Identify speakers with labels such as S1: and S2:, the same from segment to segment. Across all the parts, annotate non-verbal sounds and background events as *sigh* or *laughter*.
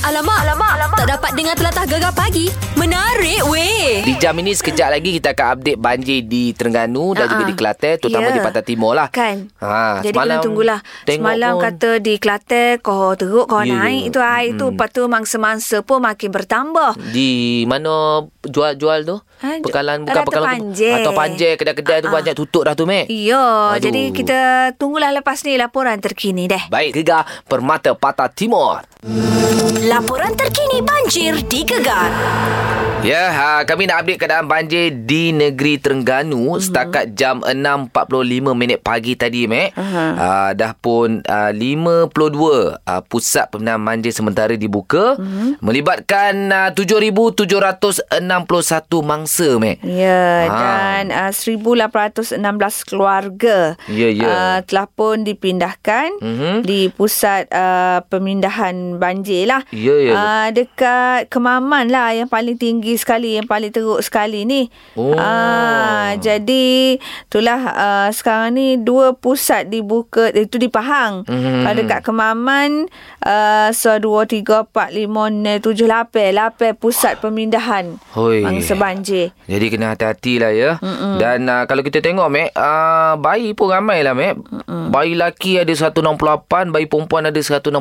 S1: Alamak, alamak, alamak. Tak dapat dengar telatah gegar pagi. Menarik weh.
S2: Di jam ini sekejap lagi kita akan update banjir di Terengganu dan
S3: Ha-ha.
S2: juga di Kelantan terutama
S3: Ya.
S2: di Pantai Timur lah.
S3: Kan
S2: Ha,
S3: Jadi kena tunggulah
S2: tengok
S3: Semalam
S2: pun.
S3: kata di Kelantan Kau teruk kau
S2: Ya,
S3: yeah, naik
S2: ya.
S3: Itu air tu
S2: Mm-mm.
S3: Lepas tu mangsa-mangsa pun makin bertambah
S2: di mana jual-jual tu?
S3: Ha, ju-
S2: Pekalan bukan
S3: Rata Ah,
S2: pekalan
S3: Panjang.
S2: atau panjang kedai-kedai tu
S3: Ha-ha.
S2: banyak tutup dah tu Mek.
S3: Ya
S2: Aduh.
S3: Jadi kita tunggulah lepas ni Laporan terkini deh
S2: Baik, Gegar Permata Patah Timur.
S1: Laporan terkini banjir di Gegar.
S2: Ya, ha, kami nak update keadaan banjir di negeri Terengganu mm-hmm. setakat jam 6.45 minit pagi tadi, Mek. Uh-huh. Uh, dah pun uh, 52 uh, pusat pembinaan banjir sementara dibuka mm-hmm. melibatkan uh, 7,761 mangsa, Mek.
S3: Ya,
S2: Ha.
S3: ha. dan uh, 1,816 keluarga
S2: Ya, ya.
S3: Uh, telah pun dipindahkan
S2: Mhm.
S3: di pusat uh, pemindahan banjir lah.
S2: Ya, ya.
S3: Uh, dekat Kemaman lah yang paling tinggi sekali, yang paling teruk sekali ni.
S2: Oh.
S3: Ah, jadi, itulah uh, sekarang ni dua pusat dibuka, eh, itu di Pahang.
S2: Mhm.
S3: Kalau dekat Kemaman, uh, so 2, 3, 4, 5, 6, 7, 8. 8 pusat pemindahan
S2: Hoi.
S3: mangsa banjir.
S2: Jadi kena hati-hatilah ya. Mm-mm. Dan uh, kalau kita tengok Mek, uh, bayi pun ramai lah Mek. Mm-mm. Bayi laki ada 168, bayi perempuan ada 169.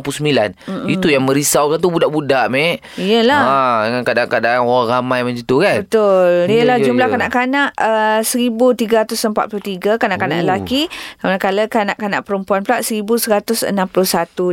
S2: Mm-mm. Itu yang merisaukan tu budak-budak Mek.
S3: Yelah.
S2: Ha, dengan kadang-kadang orang ramai macam tu kan.
S3: Betul.
S2: Ya,
S3: Ialah
S2: ya,
S3: yeah, jumlah
S2: ya.
S3: kanak-kanak uh, 1343 kanak-kanak
S2: Oh.
S3: oh. lelaki, manakala kanak-kanak perempuan pula 1161.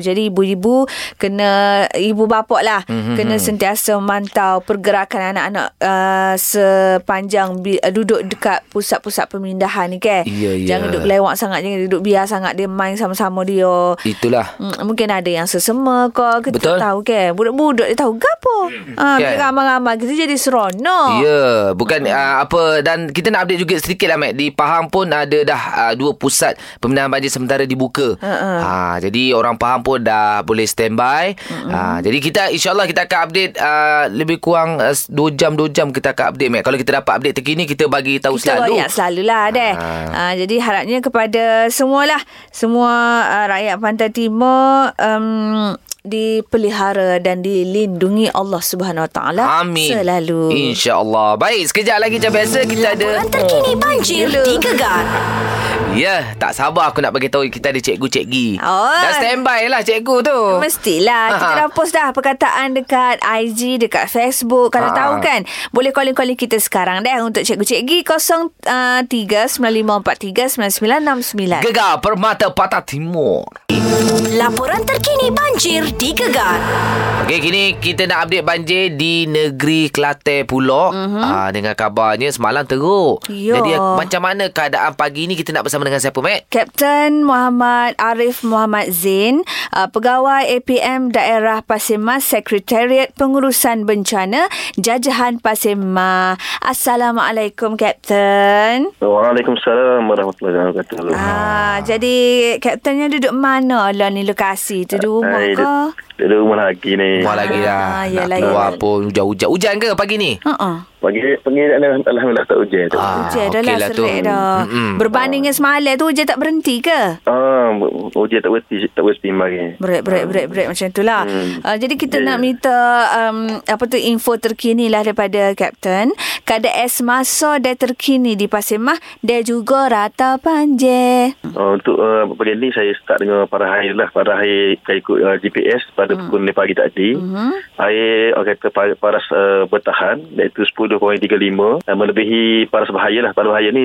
S3: Jadi ibu-ibu kena ibu bapak lah
S2: Mhm.
S3: mm-hmm. kena sentiasa mantau pergerakan anak-anak uh, sepanjang bi- uh, duduk dekat pusat-pusat pemindahan ni kan.
S2: Ya, ya.
S3: Jangan duduk lewat sangat, jangan duduk biar sangat dia main sama-sama dia.
S2: Itulah.
S3: Mm, mungkin ada yang sesama kau kita
S2: Betul.
S3: Betul. tak tahu kan budak-budak dia tahu gapo ha
S2: Kan?
S3: yeah. ramai-ramai kita jadi seronok
S2: Ya, yeah, bukan uh, apa dan kita nak update juga sedikit lah Mat. Di Pahang pun ada dah uh, dua pusat pembinaan banjir sementara dibuka.
S3: Uh-uh.
S2: Ha, jadi orang Pahang pun dah boleh standby. Uh-uh. Ha, jadi kita insyaAllah kita akan update uh, lebih kurang uh, 2 jam 2 jam kita akan update Mat. Kalau kita dapat update terkini kita bagi tahu
S3: kita
S2: selalu.
S3: royak selalulah deh.
S2: Ha.
S3: Ha. Ha, jadi harapnya kepada semualah semua uh, rakyat Pantai Timur um, dipelihara dan dilindungi Allah Subhanahu Wa Taala
S2: Amin.
S3: selalu.
S2: InsyaAllah. Baik, sekejap lagi macam biasa kita ada
S1: Laporan terkini banjir di Gegar.
S2: Ya, yeah, tak sabar aku nak bagi tahu kita ada cikgu-cikgi.
S3: Oh.
S2: Dah standby lah cikgu tu.
S3: Mestilah Kita
S2: Ha.
S3: dah post dah Perkataan dekat IG Dekat Facebook Kalau
S2: Ha.
S3: tahu kan Boleh calling-calling kita sekarang deh Untuk cikgu-cikgi ah, 0395439969
S2: Gegar Permata Patah Timur.
S1: Laporan terkini banjir di Gegar.
S2: Okey, kini kita nak update banjir di negeri Kelantan pula. Mm-hmm. Aa, dengan kabarnya semalam teruk.
S3: Mhm. Ya.
S2: Jadi macam mana keadaan pagi ni kita nak bersama dengan siapa, Mac?
S3: Kapten Muhammad Arif Muhammad Zain, uh, Pegawai APM Daerah Pasir Mas, Sekretariat Pengurusan Bencana, Jajahan Pasir Mas. Assalamualaikum, Kapten.
S4: Waalaikumsalam warahmatullahi wabarakatuh.
S3: Ah, jadi Kaptennya duduk mana lah ni lokasi tu di rumah
S4: Hai,
S3: ke?
S4: Eh, dia- Dia di rumah lagi ni.
S2: Rumah lagi
S3: Ah,
S2: dah. nak
S3: yelah,
S2: keluar
S3: yelah.
S2: pun hujan-hujan. Hujan ke pagi ni?
S3: Uh-uh.
S4: Pagi pagi ni alhamdulillah tak hujan tu.
S2: Ah.
S4: Ah,
S3: je dah
S2: okey
S3: lah
S2: lah tu.
S3: serik dah.
S2: Mm-mm.
S3: Berbanding dengan semalam tu hujan tak berhenti ke?
S4: hujan Ah, tak berhenti tak berhenti mari.
S3: Break, break, break, break macam tu lah.
S4: Ah, Hmm.
S3: Uh, jadi kita
S4: Ya,
S3: nak
S4: ya.
S3: minta um, apa tu info terkini lah daripada Kapten. Keadaan semasa dia terkini di Pasir Mah, dia juga rata panjang.
S4: Uh, untuk uh, pagi ni saya start dengan parahai lah. Parahai saya ikut uh, GPS pada hmm. pukul 5 pagi tadi. Hmm. Air orang kata pa- paras uh, bertahan iaitu 10.35 uh, melebihi paras bahaya lah. Paras bahaya ni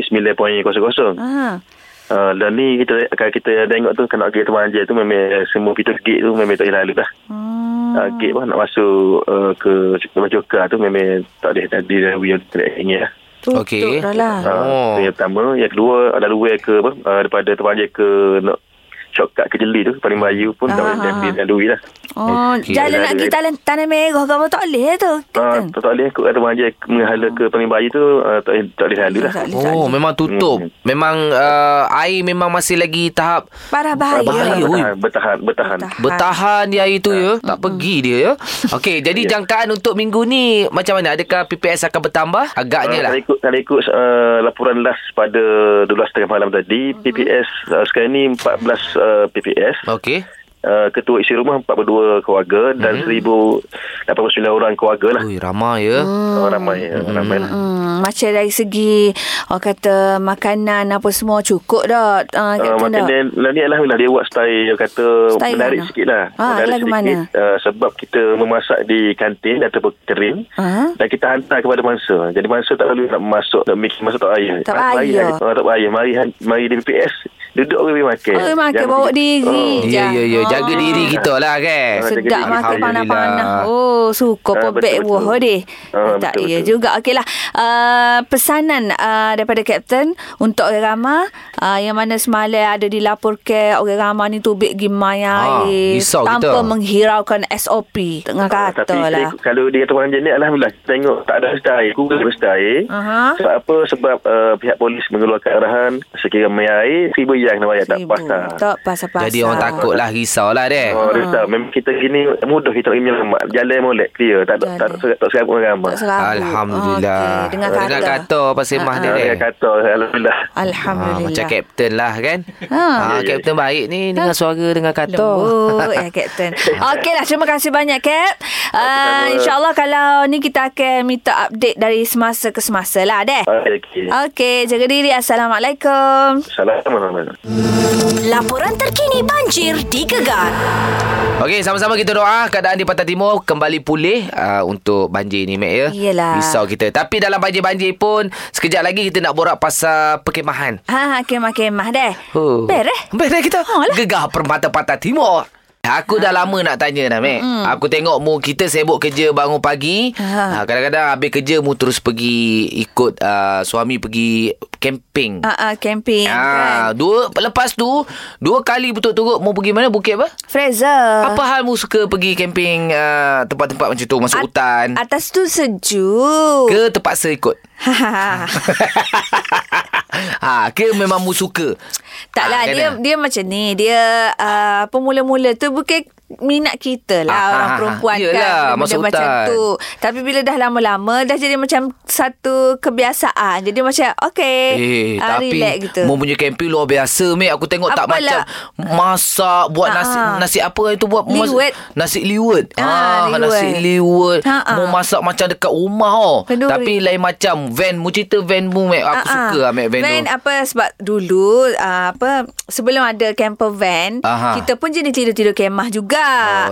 S4: 9.00.
S3: Ah.
S4: Uh, dan ni kita kalau kita tengok tu kena gate banjir tu memang eh, semua pintu gate tu memang tak lalu dah. Hmm. Uh, gate pun nak masuk uh, ke Rumah Joka tu memang tak boleh tadi dah we yang kena ingat lah.
S3: Tutup
S2: Okey.
S3: dah lah.
S4: Uh,
S2: Oh.
S4: oh. Yang pertama, yang kedua ada luar ke apa uh, daripada terpanjir ke nak shortcut ke jeli tu paling bayu pun
S3: Ah.
S4: dah boleh dah duit lah.
S3: Oh,
S2: Okey.
S3: jalan nak pergi tanah, tanah merah ke apa tak boleh ya tu.
S4: Uh,
S3: Kapten.
S4: tak, tak boleh aku ada banjir menghala ke paling bayu tu uh, tak, boleh- tak boleh lalu lah.
S3: Tak boleh, tak
S2: Oh,
S3: boleh.
S2: memang tutup.
S4: Hmm.
S2: Memang uh, air memang masih lagi tahap
S3: Parah bahaya.
S2: bahaya. Ui.
S4: Bertahan, Ah, bertahan, bertahan.
S3: Bertahan.
S2: bertahan dia air tu ya. Tak pergi dia ya. Okey, jadi jangkaan untuk minggu ni macam mana? Adakah PPS akan bertambah? Agaknya
S4: Ah,
S2: lah.
S4: Kalau ikut, kalau ikut uh, laporan last pada ah, 12.30 malam tadi, PPS uh, sekarang ni 14 uh, PPS.
S2: Okey.
S4: uh, ketua isi rumah 42 keluarga dan mm-hmm. 1,089 orang keluarga lah.
S2: Ui, ramai ya. Hmm.
S4: Oh, ramai, hmm. ramai lah.
S3: Hmm, macam dari segi orang kata makanan apa semua cukup dah. Uh,
S4: Uh,
S3: kata
S4: makanan
S3: tak?
S4: lah ni Alhamdulillah dia buat style yang kata
S3: Style
S4: menarik
S3: mana?
S4: sikit lah.
S3: Ah,
S4: menarik
S3: lagu mana?
S4: Uh, sebab kita memasak di kantin ataupun catering
S3: Ah.
S4: dan kita hantar kepada mangsa. Jadi mangsa tak perlu nak masuk, nak mik masuk tak payah.
S3: Tak
S4: Ah,
S3: payah.
S4: hari- ah, tak payah. Mari, han- mari di PPS, duduk pergi makan.
S3: Pergi makan,
S4: Jangan
S3: Ah, bawa
S4: pergi-
S3: diri.
S4: Oh.
S2: Ya, ya, ya. Jaga
S3: Ah.
S2: diri kita lah kan.
S4: Ah,
S3: Sedap
S4: Jaga diri.
S3: makan panah-panah.
S2: Alhamdulillah.
S3: Oh, suka
S4: Ah,
S3: pun
S4: betul,
S3: beg
S4: betul.
S3: buah deh.
S4: Ah,
S3: tak
S4: betul,
S3: ya
S4: betul.
S3: juga. Okeylah. Uh, pesanan uh, daripada Kapten untuk orang ramah uh, yang mana semalam ada dilaporkan orang ramah ni tu beg
S2: Ah,
S3: gimaya air
S2: risau
S3: tanpa
S2: kita.
S3: menghiraukan SOP. Tengah
S4: Ah,
S3: kata
S4: Tapi
S3: lah.
S4: saya- kalau dia kata orang jenis Alhamdulillah kita Tengok tak ada style Google tak ada style
S3: Aha.
S4: Sebab apa Sebab uh, pihak polis mengeluarkan arahan Sekiranya mengair Ribu yang nak bayar tak lah.
S3: Seribu.
S4: pasal
S3: Tak Ah. pasal-pasal.
S2: Jadi orang takut lah, risau lah deh.
S4: Oh, Rita, memang kita gini mudah kita nak menyelamat. Jalan molek, clear. Tak tak tak,
S3: Jalan.
S4: tak, tak serap orang ramai.
S3: Tak serabut.
S2: Alhamdulillah.
S3: Okey, dengar kata.
S2: Dengar kata pasal mah
S4: Ah,
S2: dia.
S4: Dia kata, Alhamdulillah.
S2: Ah,
S3: Alhamdulillah.
S2: macam kapten lah kan.
S3: Ha.
S2: Ah, kapten baik ni dengan suara dengan kata.
S3: Lembut ya
S2: *laughs*
S3: Captain Okeylah terima kasih banyak Cap uh, InsyaAllah kalau ni kita akan minta update dari semasa ke semasa lah deh
S4: Okey.
S3: Okey jaga diri Assalamualaikum
S4: Assalamualaikum.
S1: Laporan terkini banjir di Gegar.
S2: Okey, sama-sama kita doa keadaan di Pantai Timur kembali pulih uh, untuk banjir ni, Mek, ya.
S3: Iyalah.
S2: Risau kita. Tapi dalam banjir-banjir pun, sekejap lagi kita nak borak pasal perkemahan.
S3: Ha ha kemah-kemah deh
S2: Oh.
S3: Bereh
S2: Bereh kita.
S3: Ha lah. Ha.
S2: Gegar Permata Pantai Timur. Aku dah lama nak tanya dah, Mek. Mm. Aku tengok mu kita sibuk kerja bangun pagi.
S3: Hmm. Ha.
S2: Ha. kadang-kadang habis kerja mu terus pergi ikut uh, suami pergi camping.
S3: Ha ha camping kan
S2: Ah, dua lepas tu dua kali betul-betul mu pergi mana bukit apa?
S3: Fraser
S2: Apa hal mu suka pergi camping uh, tempat-tempat macam tu masuk
S3: At- oh.
S2: hutan
S3: Atas tu sejuk
S2: ke terpaksa ikut? *laughs*
S3: Ha ha ha
S2: ha, ke memang mu suka?
S3: Taklah
S2: Ah,
S3: lah, dia
S2: kena.
S3: dia macam ni. Dia uh, pemula-mula tu bukan minat kita lah
S2: Ah,
S3: orang
S2: ah, ah.
S3: perempuan
S2: Yelah,
S3: kan benda
S2: masuk
S3: macam
S2: hutan.
S3: tu tapi bila dah lama-lama dah jadi macam satu kebiasaan jadi macam okey
S2: Eh,
S3: ah,
S2: tapi
S3: relax gitu
S2: mu punya camping luar biasa, Mek. Aku tengok tak macam
S3: Apalah.
S2: masak, buat
S3: Ha,
S2: nasi
S3: ha.
S2: nasi apa itu buat mas-
S3: Liwet.
S2: Nasi liwet.
S3: Ah, liwet.
S2: nasi liwet.
S3: Ha, ha.
S2: Mu masak macam dekat rumah oh.
S3: Kenduri.
S2: Tapi lain macam van mu cerita van mu, Mek. Aku
S3: Ah, ah.
S2: suka lah, Mek, van,
S3: Van
S2: tu.
S3: apa sebab dulu ah, apa sebelum ada camper van
S2: Aha.
S3: kita pun jenis tidur-tidur kemah juga.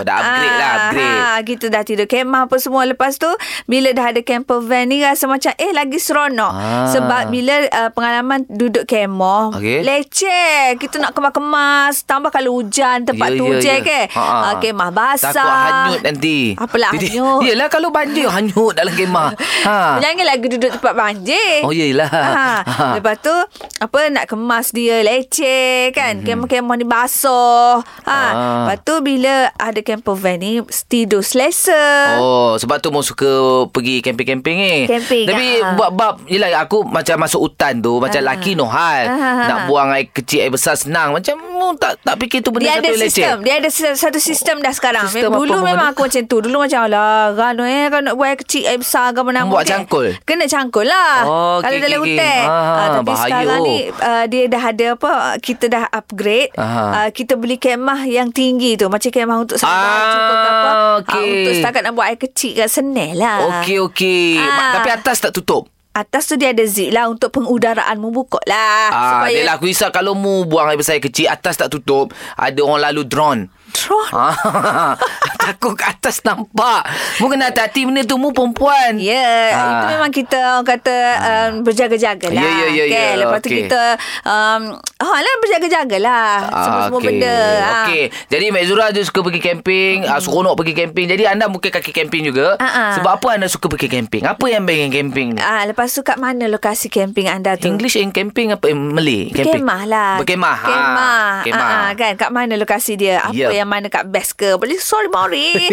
S2: Oh, dah upgrade lah, upgrade.
S3: ha, kita dah tidur kemah apa semua lepas tu bila dah ada camper van ni rasa macam eh lagi seronok
S2: Ah.
S3: sebab bila ah, pengalaman duduk kemah
S2: Okey.
S3: leceh kita nak kemas-kemas tambah kalau hujan tempat
S2: Ya,
S3: tu
S2: ya,
S3: je
S2: ya.
S3: ke.
S2: Ha, ha.
S3: Ah, kemah basah.
S2: Takut hanyut nanti
S3: Apalah
S2: Jadi-
S3: hanyut?
S2: *laughs* Yelah kalau banjir hanyut dalam
S3: *laughs*
S2: kemah ha.
S3: Jangan lagi duduk tempat banjir.
S2: Oh, yelah. Ha.
S3: Ha. *laughs* Lepas tu apa nak kemas dia leceh kan. Mm-hmm. Kemah-kemah ni basuh. Ha.
S2: Ah.
S3: Lepas tu bila ada camper van ni tidur selesa.
S2: Oh sebab tu mau suka pergi camping-camping eh
S3: Camping,
S2: Tapi
S3: ah.
S2: buat bab Yelah aku macam masuk hutan tu Macam laki no
S3: Ah,
S2: hal
S3: ah,
S2: Nak
S3: ah.
S2: buang air kecil air besar senang Macam mu tak tak fikir tu
S3: Dia
S2: benda satu
S3: ada
S2: yang leceh
S3: sistem Dia ada se- satu sistem dah sekarang
S2: Sistem
S3: sistem Dulu
S2: apa,
S3: memang
S2: Muhammad?
S3: aku macam tu Dulu macam Alah Rano eh Kau nak buat air kecil Air besar ke mana
S2: Buat
S3: mungkin?"
S2: cangkul?
S3: kan?" Kena cangkul lah
S2: Oh,
S3: Kalau
S2: okey,
S3: dalam
S2: okey,
S3: hotel
S2: okey. Ah,
S3: Ah, Tapi
S2: bahaya.
S3: sekarang ni ah, Dia dah ada apa ah, Kita dah upgrade
S2: Aha.
S3: Ah, Kita beli kemah yang tinggi tu Macam kemah untuk sandal
S2: Ah,
S3: cukup ke apa Ah,
S2: okey.
S3: Untuk setakat nak buat air kecil kat Senil lah
S2: Okey okey
S3: Ah.
S2: Tapi atas tak tutup
S3: Atas tu dia ada zip lah Untuk pengudaraan buka lah
S2: Ah,
S3: Supaya
S2: Yelah aku risau kalau mu buang air besar air kecil Atas tak tutup Ada orang lalu drone
S3: Tron
S2: Ah, *laughs* Takut ke atas nampak Mu kena hati-hati benda tu Mu perempuan
S3: Ya, yeah,
S2: Ah.
S3: itu memang kita orang kata um, berjaga-jaga lah.
S2: Ya, ya, ya,
S3: kan?
S2: ya,
S3: Lepas tu
S2: okey.
S3: kita, um, oh lah berjaga-jaga lah. Semua-semua
S2: okey.
S3: benda. ah.
S2: Okey. Jadi Mek Zura dia suka pergi camping, hmm. seronok pergi camping. Jadi anda mungkin kaki camping juga.
S3: Ah, ah.
S2: Sebab apa anda suka pergi camping? Apa yang baik dengan camping ni?
S3: Ah, lepas tu kat mana lokasi camping anda tu?
S2: English and camping apa eh, Malay camping?
S3: Kemah lah
S2: Berkemah. ha.
S3: Kemah
S2: Kemah.
S3: Ah, ah, Kan kat mana lokasi dia Apa
S2: Ya.
S3: yang mana kat best ke Boleh sorry
S2: *laughs*
S3: Mauri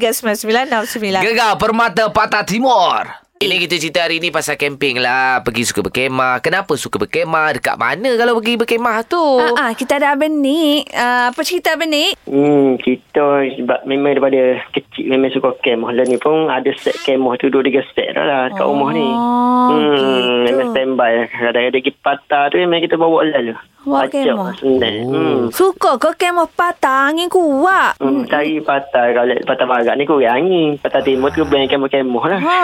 S3: 0395439969
S2: Gegar Permata Patah Timur. Ini kita cerita hari ni pasal camping lah. Pergi suka berkemah. Kenapa suka berkemah? Dekat mana kalau pergi berkemah tu?
S3: Ah, ah, Kita ada Abenik ah, Apa cerita Abenik?
S5: Hmm, kita sebab memang daripada kecil memang suka kemoh dan ni pun ada set kemoh tu dua tiga set dah lah kat rumah ni.
S3: Oh,
S5: Hmm,
S3: gitu.
S5: memang standby. Kadang-kadang pergi patah tu memang kita bawa lalu.
S3: Wah,
S5: Pacak
S3: kemah.
S5: Senang. Hmm.
S3: Suka ke kemah patah angin kuat?
S5: Hmm, cari patah kalau patah barat ni kurang angin. Patah timur tu banyak kemoh-kemoh lah.
S3: Ha,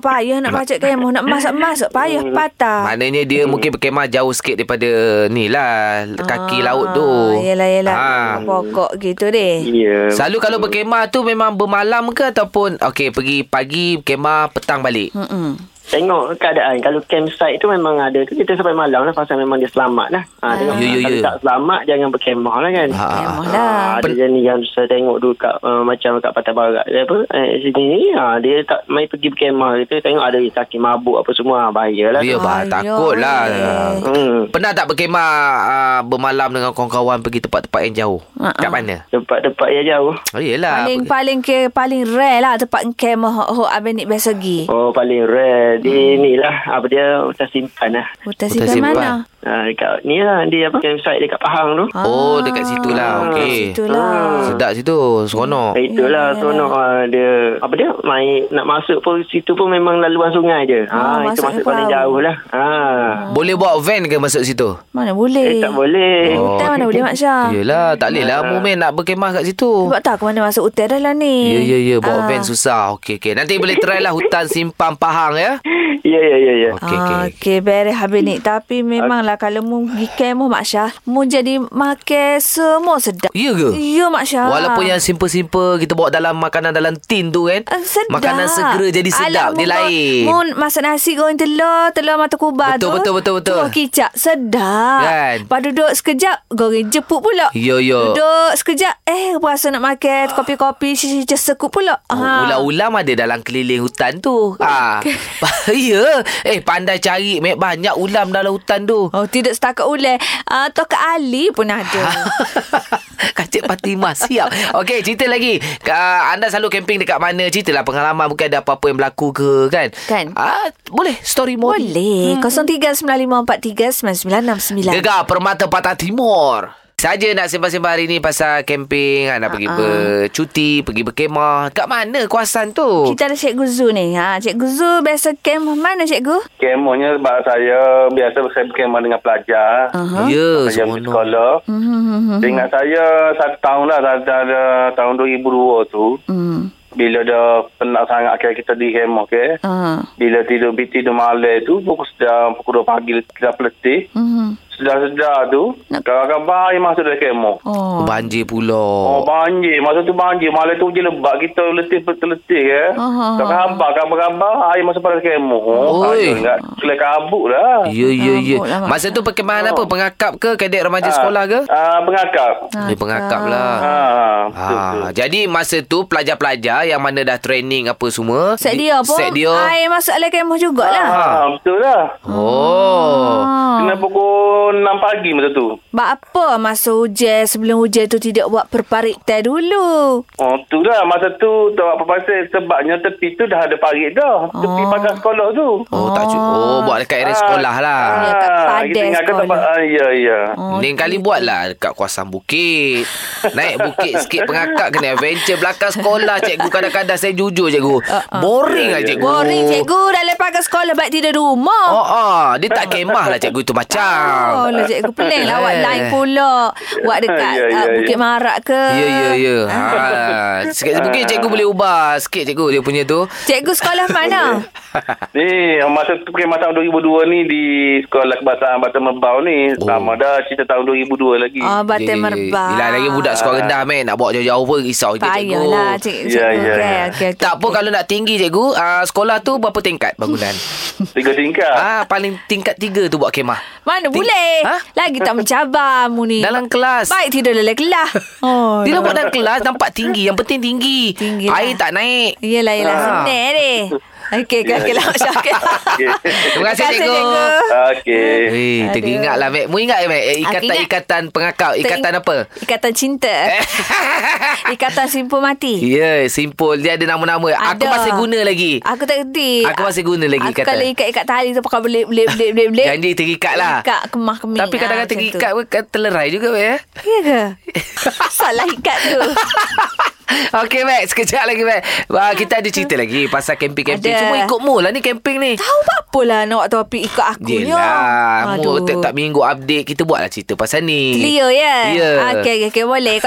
S3: payah nak baca kemah, nak masak-masak, payah patah.
S2: Maknanya dia hmm. mungkin berkemah jauh sikit daripada ni lah kaki
S3: Ah,
S2: laut tu.
S3: Yelah, yelah.
S2: Ah.
S3: Pokok gitu deh.
S5: Ya.
S2: Selalu kalau berkemah tu memang bermalam ke ataupun okey pergi pagi berkemah petang balik.
S3: Mm-mm.
S5: Tengok keadaan. Kalau campsite tu memang ada tu kita sampai malam lah pasal memang dia selamat lah. Ha, tengok.
S2: Ya, ya,
S5: Kalau
S2: ya.
S5: tak selamat jangan berkemah lah kan.
S2: Ha.
S3: Kemah lah.
S5: Ah, ada jenis yang saya tengok dulu kat uh, macam kat Pantai Barat dia apa eh, sini ni ha, dia tak mai pergi berkemah kita tengok ada kaki mabuk apa semua ha, bahayalah
S2: Ya, bah,
S3: Ayuh.
S2: takutlah.
S5: hmm.
S2: Pernah tak berkemah uh, bermalam dengan kawan-kawan pergi tempat-tempat yang jauh?
S3: Ah,
S2: Kat mana?
S5: tempat-tempat yang jauh
S2: Oh, yelah.
S3: Paling
S2: Pergi-
S3: paling ke paling rare lah tempat kemah hok abang ni biasa gi.
S5: oh paling rare
S2: Hmm.
S5: di ni lah apa dia hutan simpan lah
S3: Hutan
S2: Hutan
S3: simpan
S2: simpan.
S3: mana?
S5: ha, dekat ni lah dia apa campsite dekat Pahang tu
S2: Oh, dekat situ lah. Okey.
S3: Ah, Situ
S5: Ah.
S3: lah.
S2: Sedap situ, seronok.
S5: Oh,
S3: Ya,
S5: itulah
S3: ya,
S5: yeah, seronok ah, dia apa dia mai nak masuk pun situ pun memang laluan sungai je.
S3: Ah,
S5: Ha itu
S3: masuknya
S5: masuk paling
S3: perahu.
S5: jauh lah. Ha.
S2: Boleh bawa van ke masuk situ?
S3: Mana
S5: Eh,
S3: boleh?
S5: tak boleh.
S2: Oh.
S3: Hutan mana boleh Mak Syah?
S2: Yelah, tak boleh lah Mumin nak berkemah kat situ.
S3: Ha. Sebab tak aku mana masuk hutan dah lah ni.
S2: Ya, ya, ya. Bawa
S3: Ah.
S2: van susah. Okey, okey. Nanti boleh try lah hutan simpan Pahang ya.
S5: *laughs* Ya ya ya ya.
S2: Okey,
S3: ah,
S2: okey.
S3: okey. beres habis ni. Tapi memanglah kalau mu pergi kemah Mak Syah, mu jadi makan semua sedap.
S2: Ya ke?
S3: Ya Mak Syah.
S2: Walaupun yang simple-simple kita bawa dalam makanan dalam tin tu kan.
S3: Ah, sedap.
S2: Makanan segera jadi
S3: Alah,
S2: sedap. Dia
S3: mu-
S2: lain.
S3: Mu masak nasi goreng telur, telur mata kubar
S2: Betul,
S3: tu.
S2: betul, betul, betul.
S3: Tuang kicap. Sedap.
S2: Kan?
S3: Lepas duduk sekejap, goreng jepuk pula.
S2: Ya, ya.
S3: Duduk sekejap, eh rasa nak makan kopi-kopi, cici-cici sekup pula. Ha.
S2: Oh, Ulam-ulam ada dalam keliling hutan
S3: Oh,
S2: tu. Ha. *laughs* ya. Eh, pandai cari. Mek. Banyak ulam dalam hutan tu. *laughs*
S3: Oh, tidak setakat ular. Uh, Tok Ali pun
S2: Ha.
S3: ada.
S2: Kacik Fatimah siap Okey cerita lagi uh, Anda selalu camping dekat mana Ceritalah pengalaman Mungkin ada apa-apa yang berlaku ke kan
S3: Kan.
S2: uh, Boleh story more
S3: Boleh. Hmm. 0395439969.
S2: Gegar Permata Patah Timur Saja nak sembang-sembang hari ni Pasal camping Anda pergi
S3: Ah,
S2: bercuti Pergi berkemah Kat mana kuasan tu
S3: Kita ada Cikgu Zu ni. Ha, Cikgu Zu biasa camp mana Cikgu?
S2: Ya.
S4: Kemohnya sebab saya biasa saya berkemah dengan pelajar.
S3: Uh-huh.
S2: huh?
S3: Ah,
S2: Ya
S4: Pelajar pergi
S2: seronok
S4: sekolah.
S3: Hmm,
S2: Ya.
S4: Dengan saya satu tahun lah dah, dah, dah, tahun 2002 tu.
S3: Hmm.
S4: Bila dah penat sangat akhirnya kita di kemah ke.
S3: Ha.
S4: Bila tidur bi tidur malam tu pukul sedang pukul 2 pagi kita peletih.
S3: Hmm.
S4: Sedar-sedar tu kadang-kadang bayi masuk dalam kemah.
S3: Oh.
S2: Banjir pula
S4: Oh, banjir. Masa tu banjir. Malam tu je lebat. Kita letih letih ya.
S3: Aha.
S4: Tak khabar, khabar-khabar. Air masuk pada kemo. Oh,
S2: Oi.
S4: ayo, enggak. Kelai kabut lah.
S2: Ya ya ya
S3: Rambut lah, Mak.
S2: Masa tu perkemahan apa Pengakap ke Kadek remaja
S4: Oh. Ah,
S2: sekolah ke
S4: Ah, pengakap.
S2: Dia pengakap lah
S4: Ha, betul, betul.
S2: Ha, jadi masa tu pelajar-pelajar yang mana dah training apa semua.
S3: Set dia pun.
S2: Set dia. Ah.
S3: Air masuk dalam kemah jugalah.
S4: Ha, betul lah.
S2: Oh.
S3: Ha.
S4: Kena pukul 6 pagi masa tu.
S3: Bak apa masa hujan sebelum hujan tu tidak buat perparik teh dulu.
S4: Oh, tu lah. Masa tu, tak apa pasal sebabnya tepi tu dah ada parit dah. Tepi
S3: Oh.
S4: pasal sekolah tu.
S2: Oh, tak cukup. Oh, buat dekat area sekolah lah.
S3: Ah. Dekat padai
S4: kita ingatkan
S3: sekolah.
S4: tempat. Ah, ya, ya.
S2: Oh, Lain kali buat lah dekat kawasan bukit. Naik bukit sikit pengakak kena adventure belakang sekolah. Cikgu kadang-kadang saya jujur cikgu. Boring
S3: ya.
S2: lah cikgu.
S3: Uh-uh. Boring cikgu dah lepas ke sekolah baik tidur di rumah.
S2: Oh, oh, dia tak kemah lah cikgu itu
S3: Oh,
S2: macam.
S3: lah cikgu pening lah awak
S2: Eh.
S3: lain pula. Awak dekat
S4: Ya, ya,
S3: uh,
S4: ya.
S3: Bukit Marak ke?
S2: Ya, ya, ya.
S3: Ah.
S2: Ha. Sikit mungkin cikgu boleh ubah sikit cikgu dia punya tu.
S3: Cikgu sekolah
S2: *laughs*
S3: mana?
S4: Ni masa tu perkhidmatan tahun 2002 ni di Sekolah Kebahasaan Batam Merbau ni oh. sama dah cerita tahun 2002 lagi.
S3: Oh, Batin
S2: Ya, ya, ya.
S3: Merbah.
S2: Yelah lagi budak sekolah rendah meh nak bawa jauh-jauh pun risau kita cikgu.
S3: Payahlah cikgu.
S4: Ya,
S3: cikgu.
S4: ya,
S3: Okey,
S4: ya.
S3: okey, okey.
S2: Tak apa kalau nak tinggi cikgu, uh, sekolah tu berapa tingkat bangunan?
S4: Tiga tingkat.
S2: ah paling tingkat tiga tu buat kemah.
S3: Mana
S2: Ting-
S3: boleh?
S2: Ha?
S3: Lagi tak mencabar mu ni.
S2: Dalam kelas.
S3: Baik tidur dalam
S2: *laughs*
S3: kelas. Oh.
S2: Dia lah buat dalam kelas nampak tinggi, yang penting tinggi.
S3: Tinggi lah.
S2: Air tak naik.
S3: Yelah, yelah.
S2: Ah.
S3: Senang deh. Okey, okey, okey
S2: *laughs*
S3: lah. Masya Allah.
S4: Okey.
S2: Terima kasih, cikgu.
S4: Ah, Okey.
S2: Hei, teringat lah Mek. Mu ingat ke Mek? Eh,
S3: Aku ingat.
S2: Ikatan-ikatan pengakau. Ikatan apa? Eh.
S3: Ikatan cinta. *laughs* Ikatan simpul mati.
S2: Ya, yeah, simple. Dia ada nama-nama. Aku
S3: Ada.
S2: masih guna lagi.
S3: Aku tak kerti.
S2: Aku masih guna lagi
S3: Aku
S2: ikatan.
S3: kalau ikat-ikat tali tu pakai belit belit belit belit belit.
S2: Janji terikat lah.
S3: Ikat kemah kemih. Ah,
S2: Tapi kadang-kadang terikat pun kan terlerai juga Mek. eh.
S3: Ya ke? Salah ikat tu.
S2: *laughs* Okey, Mac. Sekejap lagi, Mac. Wah, kita ada cerita lagi pasal camping-camping.
S3: Ada.
S2: Cuma ikut mu lah ni camping ni.
S3: Tahu tak apalah nak topik ikut aku ni.
S2: Yelah Mu
S3: Aduh.
S2: tiap-tiap minggu update Kita buatlah cerita pasal ni
S3: Clear ya?
S2: Ya
S3: Okey, okey, okay, boleh.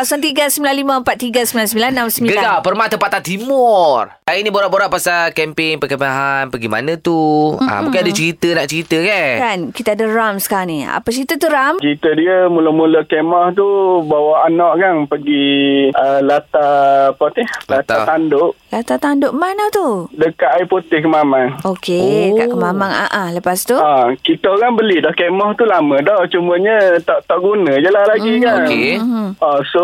S3: 0395439969.
S2: Gegar Permata Patah Timur Hari ni borak-borak pasal Camping Perkembangan Pergi mana tu ha, Mungkin ada cerita Nak cerita kan
S3: Kan, kita ada Ram sekarang ni. Apa cerita tu Ram?
S6: Cerita dia mula-mula kemah tu bawa anak kan pergi uh, latar apa tu?
S2: Latar.
S6: Latar tanduk
S3: Kata tanduk mana tu?
S6: dekat air putih Kemamang.
S3: Okey,
S2: Oh.
S3: oh. kat Kemamang. Ah, ah. Lepas tu?
S6: Ha, kita orang beli dah kemah tu lama dah cumanya tak tak guna je lah lagi kan.
S2: Okey
S3: Mhm,
S6: Ha, so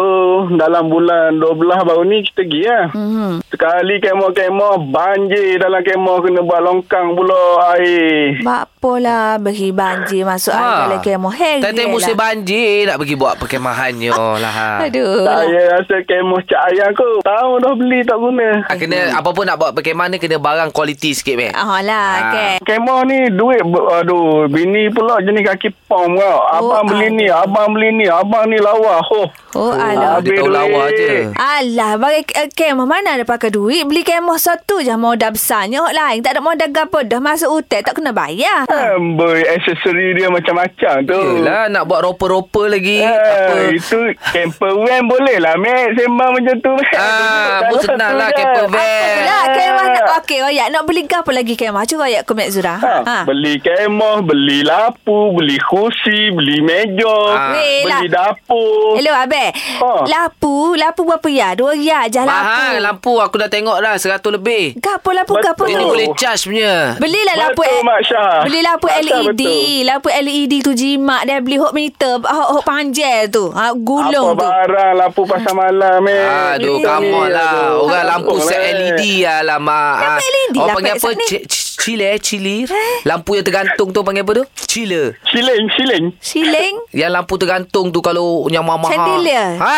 S6: dalam bulan 12 baru ni kita pergi lah.
S3: mhm.
S6: Mm-hmm. Sekali kemah-kemah banjir dalam kemah kena buat longkang pula air.
S3: Bak pola bagi banjir
S2: Ah.
S3: masuk ha. air dalam kemo. Hei,
S2: Tadi
S3: gila
S2: musim
S3: lah.
S2: banjir Nak pergi buat
S3: *laughs*
S2: perkemahannya lah ha.
S3: Aduh. lah.
S6: Saya rasa kemah cak ayah aku tahu dah beli tak guna.
S2: Ah, Kena apa pun nak buat perkemahan ni Kena barang kualiti sikit Mac
S3: Ah lah,
S2: Ah.
S3: kan.
S6: Kemah ni duit ber- aduh bini pula jenis kaki pom kau. Abang
S3: Oh,
S6: beli ni, abang beli ni, abang ni lawa. Ho.
S3: Oh,
S2: Ah,
S3: alah.
S2: Dia tahu
S6: Habis
S2: lawa
S6: duit.
S2: je
S3: Alah, bagi uh, kemah mana ada pakai duit. Beli kemah satu je modal besarnya. Hak lain tak ada modal gapo dah masuk utek tak kena bayar. Ha.
S6: Eh. Amboi, aksesori dia macam-macam tu.
S2: Yelah nak buat ropa-ropa lagi Apa
S6: Eh, itu camper van boleh lah, Mek. Sembang macam tu, Mek.
S2: Ah, mu senang lah camper van.
S3: Apalah, kemah nak okey, royak nak beli gapo lagi kemah? Cuba royak ke Mek Zura.
S6: Ha, ha. Beli kemah, beli lapu, beli kursi, beli meja,
S2: Ah.
S3: Weh lah.
S6: beli dapur.
S3: Hello abang.
S6: Oh.
S3: Lapu, lapu berapa ya? Dua ya je lapu.
S2: Mahal Ah, ha, lampu Aku dah tengok dah 100 lebih
S3: Gapo lapu
S6: Betul.
S3: gapo
S2: Ini
S3: tu?
S6: Oh.
S2: boleh charge punya
S3: Belilah lampu
S6: Betul, Mak Syah.
S3: Beli E lampu
S6: Mak Syah,
S3: LED
S6: betul.
S3: Lampu LED E tu jimat Dia beli hok meter Hok, hok panjang tu ha,
S6: Apa
S3: Gulung tu
S6: barang lapu pasar malam, Mek.
S2: Aduh,
S3: Eh.
S2: come on lah.
S6: Aduh, eh.
S2: Orang
S6: tak
S2: lampu
S6: betul,
S2: set
S6: Mek.
S2: LED lah lama.
S3: Kenapa LED
S2: Orang
S3: lah
S2: panggil
S3: kat Eh?
S2: apa?
S3: set ni?
S2: Ci- ci- Cile, cili. Lampu yang tergantung tu panggil apa tu? Cile.
S6: Siling, siling.
S3: Siling
S2: Yang lampu tergantung tu kalau yang mahal.
S3: Chandelier?
S2: Ha.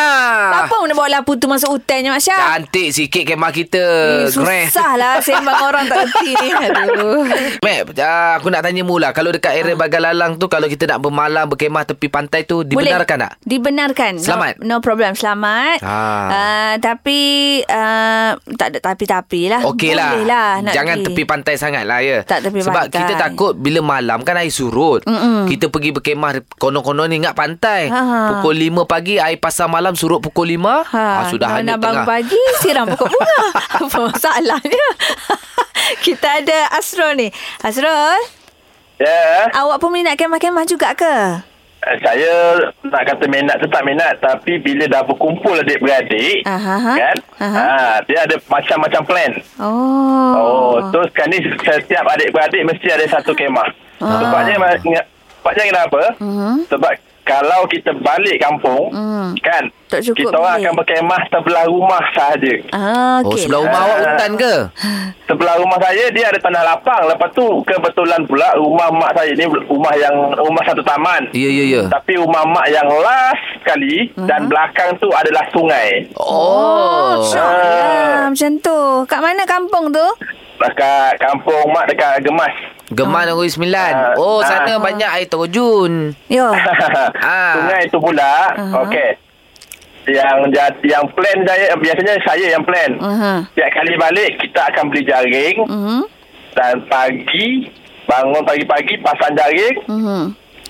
S3: Apa nak bawa lampu tu Masuk hutannya Masya
S2: Cantik sikit kemah kita.
S3: Eh,
S2: Grand.
S3: Susah lah Sembang orang tak kerti
S2: *laughs*
S3: ni Aduh
S2: Mek, ah, aku nak tanya mula. Kalau dekat
S3: Ah.
S2: area Bagalalang tu, kalau kita nak bermalam, berkemah tepi pantai tu, dibenarkan tak?
S3: Dibenarkan.
S2: Selamat.
S3: No, no problem. Selamat.
S2: Ah.
S3: Uh, tapi uh, tak ada tapi-tapi lah.
S2: Okey lah.
S3: Boleh lah nak
S2: Jangan
S3: pergi.
S2: tepi pantai sangat lah ya.
S3: Tak tepi
S2: Sebab
S3: pantai.
S2: kita takut bila malam kan air surut. Mm-mm. Kita pergi berkemah konon-konon ni ingat pantai.
S3: Ha, ha.
S2: Pukul 5 pagi air pasar malam surut pukul 5. Ha, ha sudah
S3: nak-
S2: hanyut
S3: nak bangun
S2: tengah.
S3: pagi siram pokok
S2: *laughs*
S3: bunga. Apa masalahnya? *laughs* Kita ada Asrul ni. Asrul,
S4: Ya,
S3: awak pun minat kemah-kemah juga ke?
S4: yeah. saya nak kata minat tu tak minat tapi bila dah berkumpul adik-beradik,
S3: Aha.
S4: kan?
S3: Aha.
S4: Ha, dia ada macam-macam plan.
S3: Ah, Oh.
S4: Oh, so sekarang ni setiap adik-beradik mesti ada satu kemah.
S3: Ah.
S4: Sebabnya sebabnya kenapa? Uh-huh.
S3: Mhm.
S4: Sebab kalau kita balik kampung,
S3: Hmm.
S4: kan?
S3: Tak cukup
S4: kita orang
S3: bilik.
S4: akan berkemah sebelah rumah sahaja.
S3: Ah,
S2: Oh,
S3: okey
S2: sebelah
S3: lah.
S2: rumah awak hutan ke?
S4: Sebelah rumah saya dia ada tanah lapang. Lepas tu kebetulan pula rumah mak saya ni rumah yang rumah satu taman.
S2: Ya, ya, ya.
S4: Tapi rumah mak yang last sekali uh-huh. dan belakang tu adalah sungai.
S3: Oh,
S2: Oh.
S4: Ah.
S3: syok lah macam tu. Kat mana kampung tu?
S4: Dekat kampung mak dekat Gemas.
S2: Geman Negeri Sembilan.
S4: Ah.
S2: Oh,
S4: Ah.
S2: sana banyak air terjun.
S3: Yo.
S2: Ah.
S4: Sungai tu pula.
S3: Aha.
S4: Uh-huh. Okey. Yang jad- yang plan saya eh, biasanya saya yang plan.
S3: Aha.
S4: Tiap kali balik kita akan beli jaring
S3: Mhm.
S4: dan pagi bangun pagi-pagi pasang jaring,
S3: Mhm.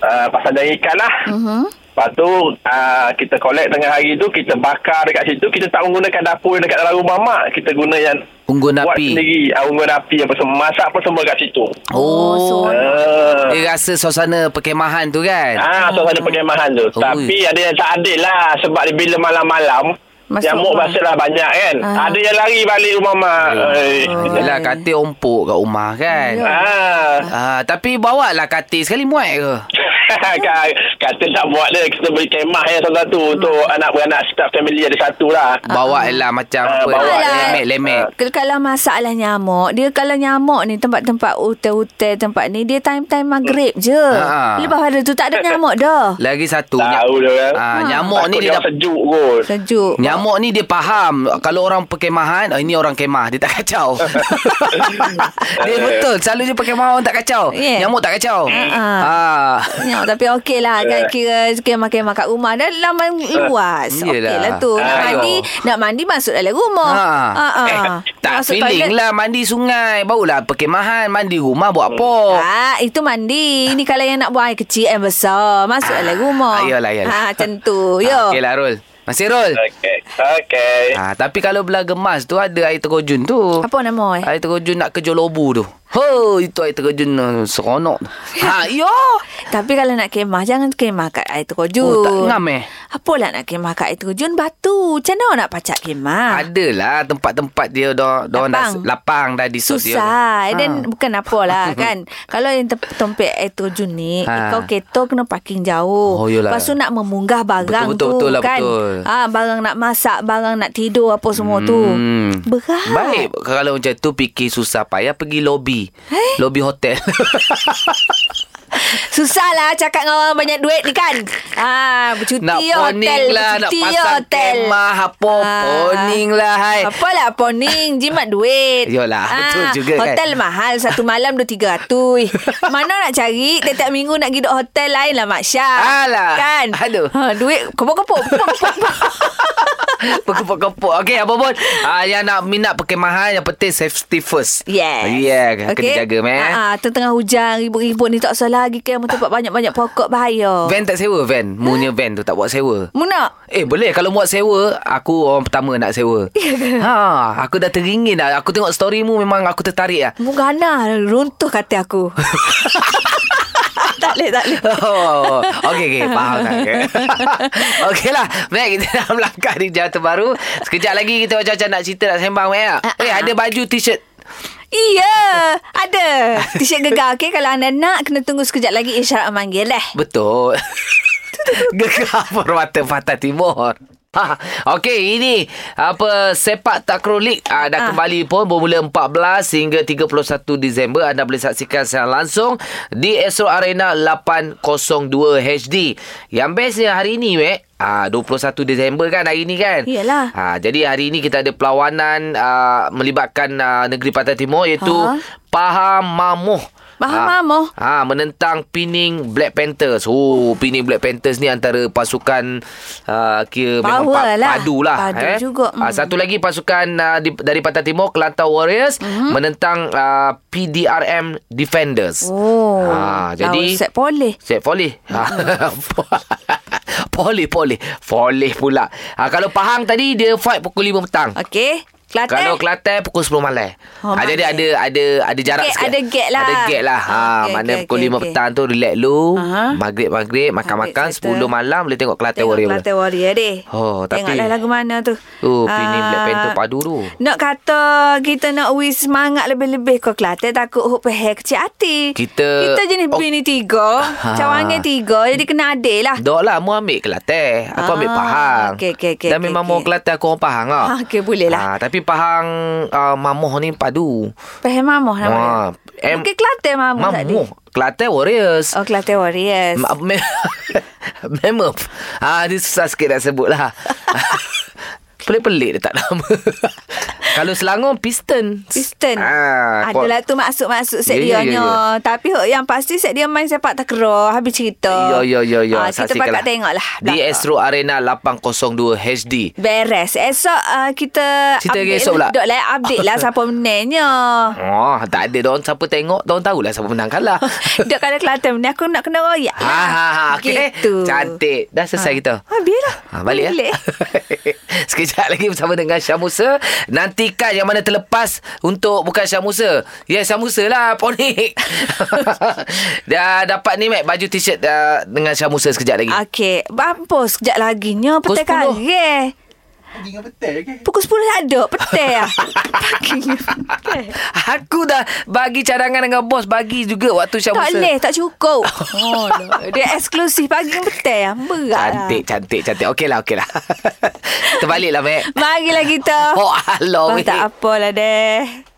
S4: uh, pasang jaring ikan lah.
S3: Mhm.
S4: Lepas tu uh, kita collect tengah hari tu kita bakar dekat situ kita tak menggunakan dapur yang dekat dalam rumah mak kita guna yang
S2: Unggun
S4: buat
S2: api.
S4: sendiri uh, unggun api apa semua masak apa semua kat situ.
S3: Oh,
S2: Oh.
S3: seronok.
S4: Uh,
S2: Dia rasa suasana perkemahan tu kan?
S4: Ah, tu ada perkemahan tu.
S2: Ui.
S4: Tapi ada yang tak adil lah sebab dia bila malam-malam
S3: Masuk
S4: yang muk
S3: rumah.
S4: basiklah banyak kan.
S3: Ah.
S4: Ada yang lari balik rumah mak. Eh.
S2: Yelah, katil ompok kat rumah kan?
S3: Ya.
S4: Ah. *laughs*
S2: Ah, tapi bawa lah katil sekali muat ke?
S4: Ka- Kata nak buat dia Kita beli kemah yang satu-satu Untuk anak-beranak Setiap family ada satu lah
S2: Bawa lah macam
S4: Ah,
S2: apa?
S4: bawa.
S2: Lemek-lemek.
S3: Ke- Kalau lah masalah nyamuk Dia kalau nyamuk ni Tempat-tempat hotel-hotel Tempat ni Dia time-time maghrib je
S2: Ha.
S3: Lepas pada tu tak ada nyamuk dah
S2: Lagi satu
S4: Tahu dia orang.
S2: Ah, nyamuk
S4: Takut
S2: ni
S4: dia
S2: dia
S4: orang
S2: dapat
S4: sejuk kot
S3: Sejuk
S2: Nyamuk ni dia faham Kalau orang perkemahan oh, Ini orang kemah Dia tak
S4: *laughs*
S2: kacau
S4: Eh.
S2: Dia betul Selalu dia perkemahan orang tak kacau
S3: Yeah.
S2: Nyamuk tak kacau
S3: Uh-uh.
S2: Ah.
S3: Ya, tapi okey lah
S2: Eh.
S3: kan kira kemah-kemah kat rumah dan laman luas.
S2: Yelah.
S3: Okey lah tu. Nak
S2: Ah,
S3: mandi, nak mandi masuk dalam rumah.
S2: Ha.
S3: Ha.
S2: Eh, tak
S3: masuk
S2: feeling
S3: toilet.
S2: lah Mandi sungai Barulah perkemahan Mandi rumah buat apa
S3: Ah, itu mandi. Ini kalau yang nak buang air kecil air besar, masuk dalam rumah.
S2: Ah, Ayolah, ayolah.
S3: Ha, macam tu. Yo.
S2: Okey lah, Rul. Masih Rul.
S6: Okey. Okey.
S2: Ha, tapi kalau belah gemas tu ada air terjun tu.
S3: Apa nama eh?
S2: Air terjun nak ke Jolobu tu. Ho, itu air terjun uh,
S3: *laughs*
S2: seronok. tu. Ha, yo.
S3: Tapi kalau nak kemah Jangan kemah kat air terjun
S2: Oh, tak ngam eh?
S3: Apalah lah nak kemah kat air terjun Batu Macam mana nak pacak kemah
S2: Ha. Adalah tempat-tempat dia dah dah dah
S3: Lapang.
S2: lapang dah di
S3: Susah And
S2: Ha.
S3: then bukan
S2: *laughs*
S3: apalah kan Kalau yang te- tempek air terjun ni
S2: Ha.
S3: Kau kereta kena parking jauh
S2: Oh, yelah.
S3: Lepas tu nak memunggah barang
S2: Betul, betul,
S3: tu
S2: betul lah,
S3: kan
S2: betul.
S3: Ah, Barang nak masak Barang nak tidur Apa semua tu Berat
S2: Hmm. Baik kalau macam tu fikir susah payah pergi lobi.
S3: Eh?
S2: Hey? Lobi
S3: *laughs*
S2: hotel.
S3: Susah lah cakap dengan orang banyak duit ni kan ah, Bercuti
S2: nak
S3: ya hotel
S2: poning lah, nak
S3: Bercuti ya
S2: pasang
S3: hotel
S2: kemah apa
S3: Ah.
S2: poning lah hai. *laughs*
S3: Apalah poning Jimat duit Ah,
S2: Yolah, betul juga kan.
S3: Hotel mahal Satu malam dua tiga
S2: *laughs*
S3: ratus Mana nak cari Tiap-tiap minggu nak pergi duduk hotel lain lah Mak Syah
S2: Alah.
S3: Kan
S2: Aduh.
S3: ha, Duit kopok-kopok
S2: *laughs*
S3: kopok-kopok.
S2: Pekepuk-kepuk Okey apa pun uh, Yang nak minat perkemahan Yang penting safety first Ah,
S3: Yes
S2: Yeah
S3: Okey?
S2: Ya, kan, Kena jaga eh. man
S3: Ah, ah, Tengah hujan Ribut-ribut ni tak salah lagi Kan
S2: *laughs*
S3: tempat banyak-banyak pokok bahaya
S2: Van tak sewa van Munya van tu tak buat sewa
S3: Muna
S2: Eh boleh kalau muat sewa Aku orang pertama nak
S3: *laughs*
S2: sewa ha, Aku dah teringin dah Aku tengok story mu Memang aku tertarik lah *laughs*
S3: Mugana runtuh kata aku Tak boleh tak boleh
S2: Oh, okey okey faham *laughs* tak? Okeylah, Mac kita dah melangkah di jam terbaru. Sekejap lagi kita macam-macam nak cerita nak sembang Mac.
S3: Ah,
S2: Eh
S3: ah.
S2: ada baju t-shirt
S3: Iya Ada T-shirt gegar okay? Kalau anda nak Kena tunggu sekejap lagi Isyarat manggil eh
S2: Betul. *laughs* Gegar Permata Pantai Timur. Ha, Okey, ini apa sepak takraw league ha, dah
S3: Ah.
S2: kembali pun bermula 14 hingga 31 Disember anda boleh saksikan secara langsung di Astro Arena 802 HD. Yang bestnya hari ini weh Ah 21 Disember kan hari ini kan.
S3: Iyalah.
S2: Ha jadi hari ini kita ada perlawanan ah, melibatkan ah, negeri Pantai Timur iaitu
S3: Ha.
S2: Pahang Mamuh
S3: Faham, oh.
S2: Ah,
S3: Mamoh?
S2: Ah, menentang Pening Black Panthers. Oh, Pening Black Panthers ni antara pasukan uh, kira memang
S3: Power
S2: pa-
S3: lah.
S2: padu lah.
S3: Padu
S2: eh.
S3: juga.
S2: Ah,
S3: Hmm.
S2: satu lagi pasukan uh, di, dari Pantai Timur, Kelantan Warriors
S3: Mhm.
S2: menentang uh, PDRM Defenders.
S3: Oh Hmm.
S2: Ah, jadi-
S3: lawan Set boleh
S2: Set volley. Ah, *laughs* Poli, poli. Volley pula. Ah, kalau Pahang tadi, dia fight pukul 5 petang.
S3: Okey Kelantan
S2: Kalau Kelantan pukul 10 malam.
S3: Oh,
S2: Oh, ha, jadi
S3: malam.
S2: ada ada ada jarak
S3: Gate,
S2: sikit.
S3: ada gate lah.
S2: Ada gate lah. Ha,
S3: Okey,
S2: okay, mana
S3: okey,
S2: pukul
S3: okey,
S2: 5
S3: okey.
S2: petang tu relax dulu.
S3: Aha.
S2: Maghrib-maghrib makan-makan
S3: Maghrib settle.
S2: 10 malam boleh tengok Kelantan
S3: Tengok
S2: Warrior.
S3: Kelantan Warrior deh
S2: Oh, tapi-
S3: Tengoklah lagu mana tu
S2: Oh, Pini Black
S3: Ah,
S2: Panther padu tu.
S3: Nak kata Kita nak wis semangat lebih-lebih ke Kelantan Takut huk peher kecil hati
S2: Kita-
S3: Kita jenis
S2: Oh.
S3: bini tiga
S2: Ha.
S3: Cawangan tiga Jadi kena adil lah
S2: Dok lah, mu ambil Kelantan. Aku
S3: Ah,
S2: ambil Pahang.
S3: okey, okey, okey,
S2: Dan
S3: okey,
S2: memang
S3: okey.
S2: mau Kelantan, aku orang Pahang lah.
S3: Ah, okey, boleh lah.
S2: Ha, tapi Pahang uh, Mamoh ni padu.
S3: Peher mamoh nama dia.
S2: Ha, M-
S3: Mungkin Kelantan mamoh tak dia
S2: Mamoh. Kelantan Warriors.
S3: Oh Kelantan Warriors
S2: Ma- me- *laughs* Memang ah, Dia susah sikit nak sebut
S3: *laughs*
S2: lah Pelik-pelik dia tak nama Kalau Selangor Piston
S3: Piston
S2: ah,
S3: Adalah tu maksud-maksud set
S2: Ya,
S3: yeah,
S2: ya,
S3: dia
S2: ya,
S3: yeah, yeah. Tapi hok yang pasti set dia main sepak takraw Habis cerita
S2: Ya, ya, ya, ya.
S3: Ah, Kita
S2: Saksikanlah.
S3: pakat tengok lah
S2: Di
S3: belakang.
S2: Astro Arena 802 HD
S3: Beres Esok uh, kita
S2: Cerita
S3: update
S2: esok
S3: lah.
S2: pula.
S3: Dok lah update
S2: *laughs*
S3: lah Siapa menangnya *laughs*
S2: Oh, tak ada Diorang siapa tengok Diorang tahulah siapa menang
S3: *laughs*
S2: kalah
S3: Dok kalau Kelantan ni Aku nak kena royak
S2: Ha,
S3: lah.
S2: ha, ha okay.
S3: Gitu
S2: Cantik Dah selesai kita
S3: ha, Biarlah
S2: Ha, balik ya. *laughs* Sekejap lagi bersama dengan Syah Musa. Nantikan yang mana terlepas untuk bukan Syah Musa. Ya, Syah Musa lah, ponik. *laughs* Dah dapat ni, Mac, baju t-shirt uh, dengan Syah Musa sekejap lagi.
S3: Okey Bampus Sekejap lagi nya Petai
S2: Pukul 10.
S3: karang Pukul 10 tak ada Petai lah *laughs* Pakingnya petai.
S2: Aku dah bagi cadangan dengan bos. Bagi juga waktu Syah
S3: Tak
S2: Musa.
S3: boleh Tak cukup oh, no. Dia eksklusif Pagi dengan petai lah Berat
S2: Cantik, cantik, cantik. Okeylah, okeylah. *laughs* Terbaliklah, Mac.
S3: lah Marilah kita
S2: Oh, *laughs* alah,
S3: oh,
S2: weh.
S3: Tak apalah deh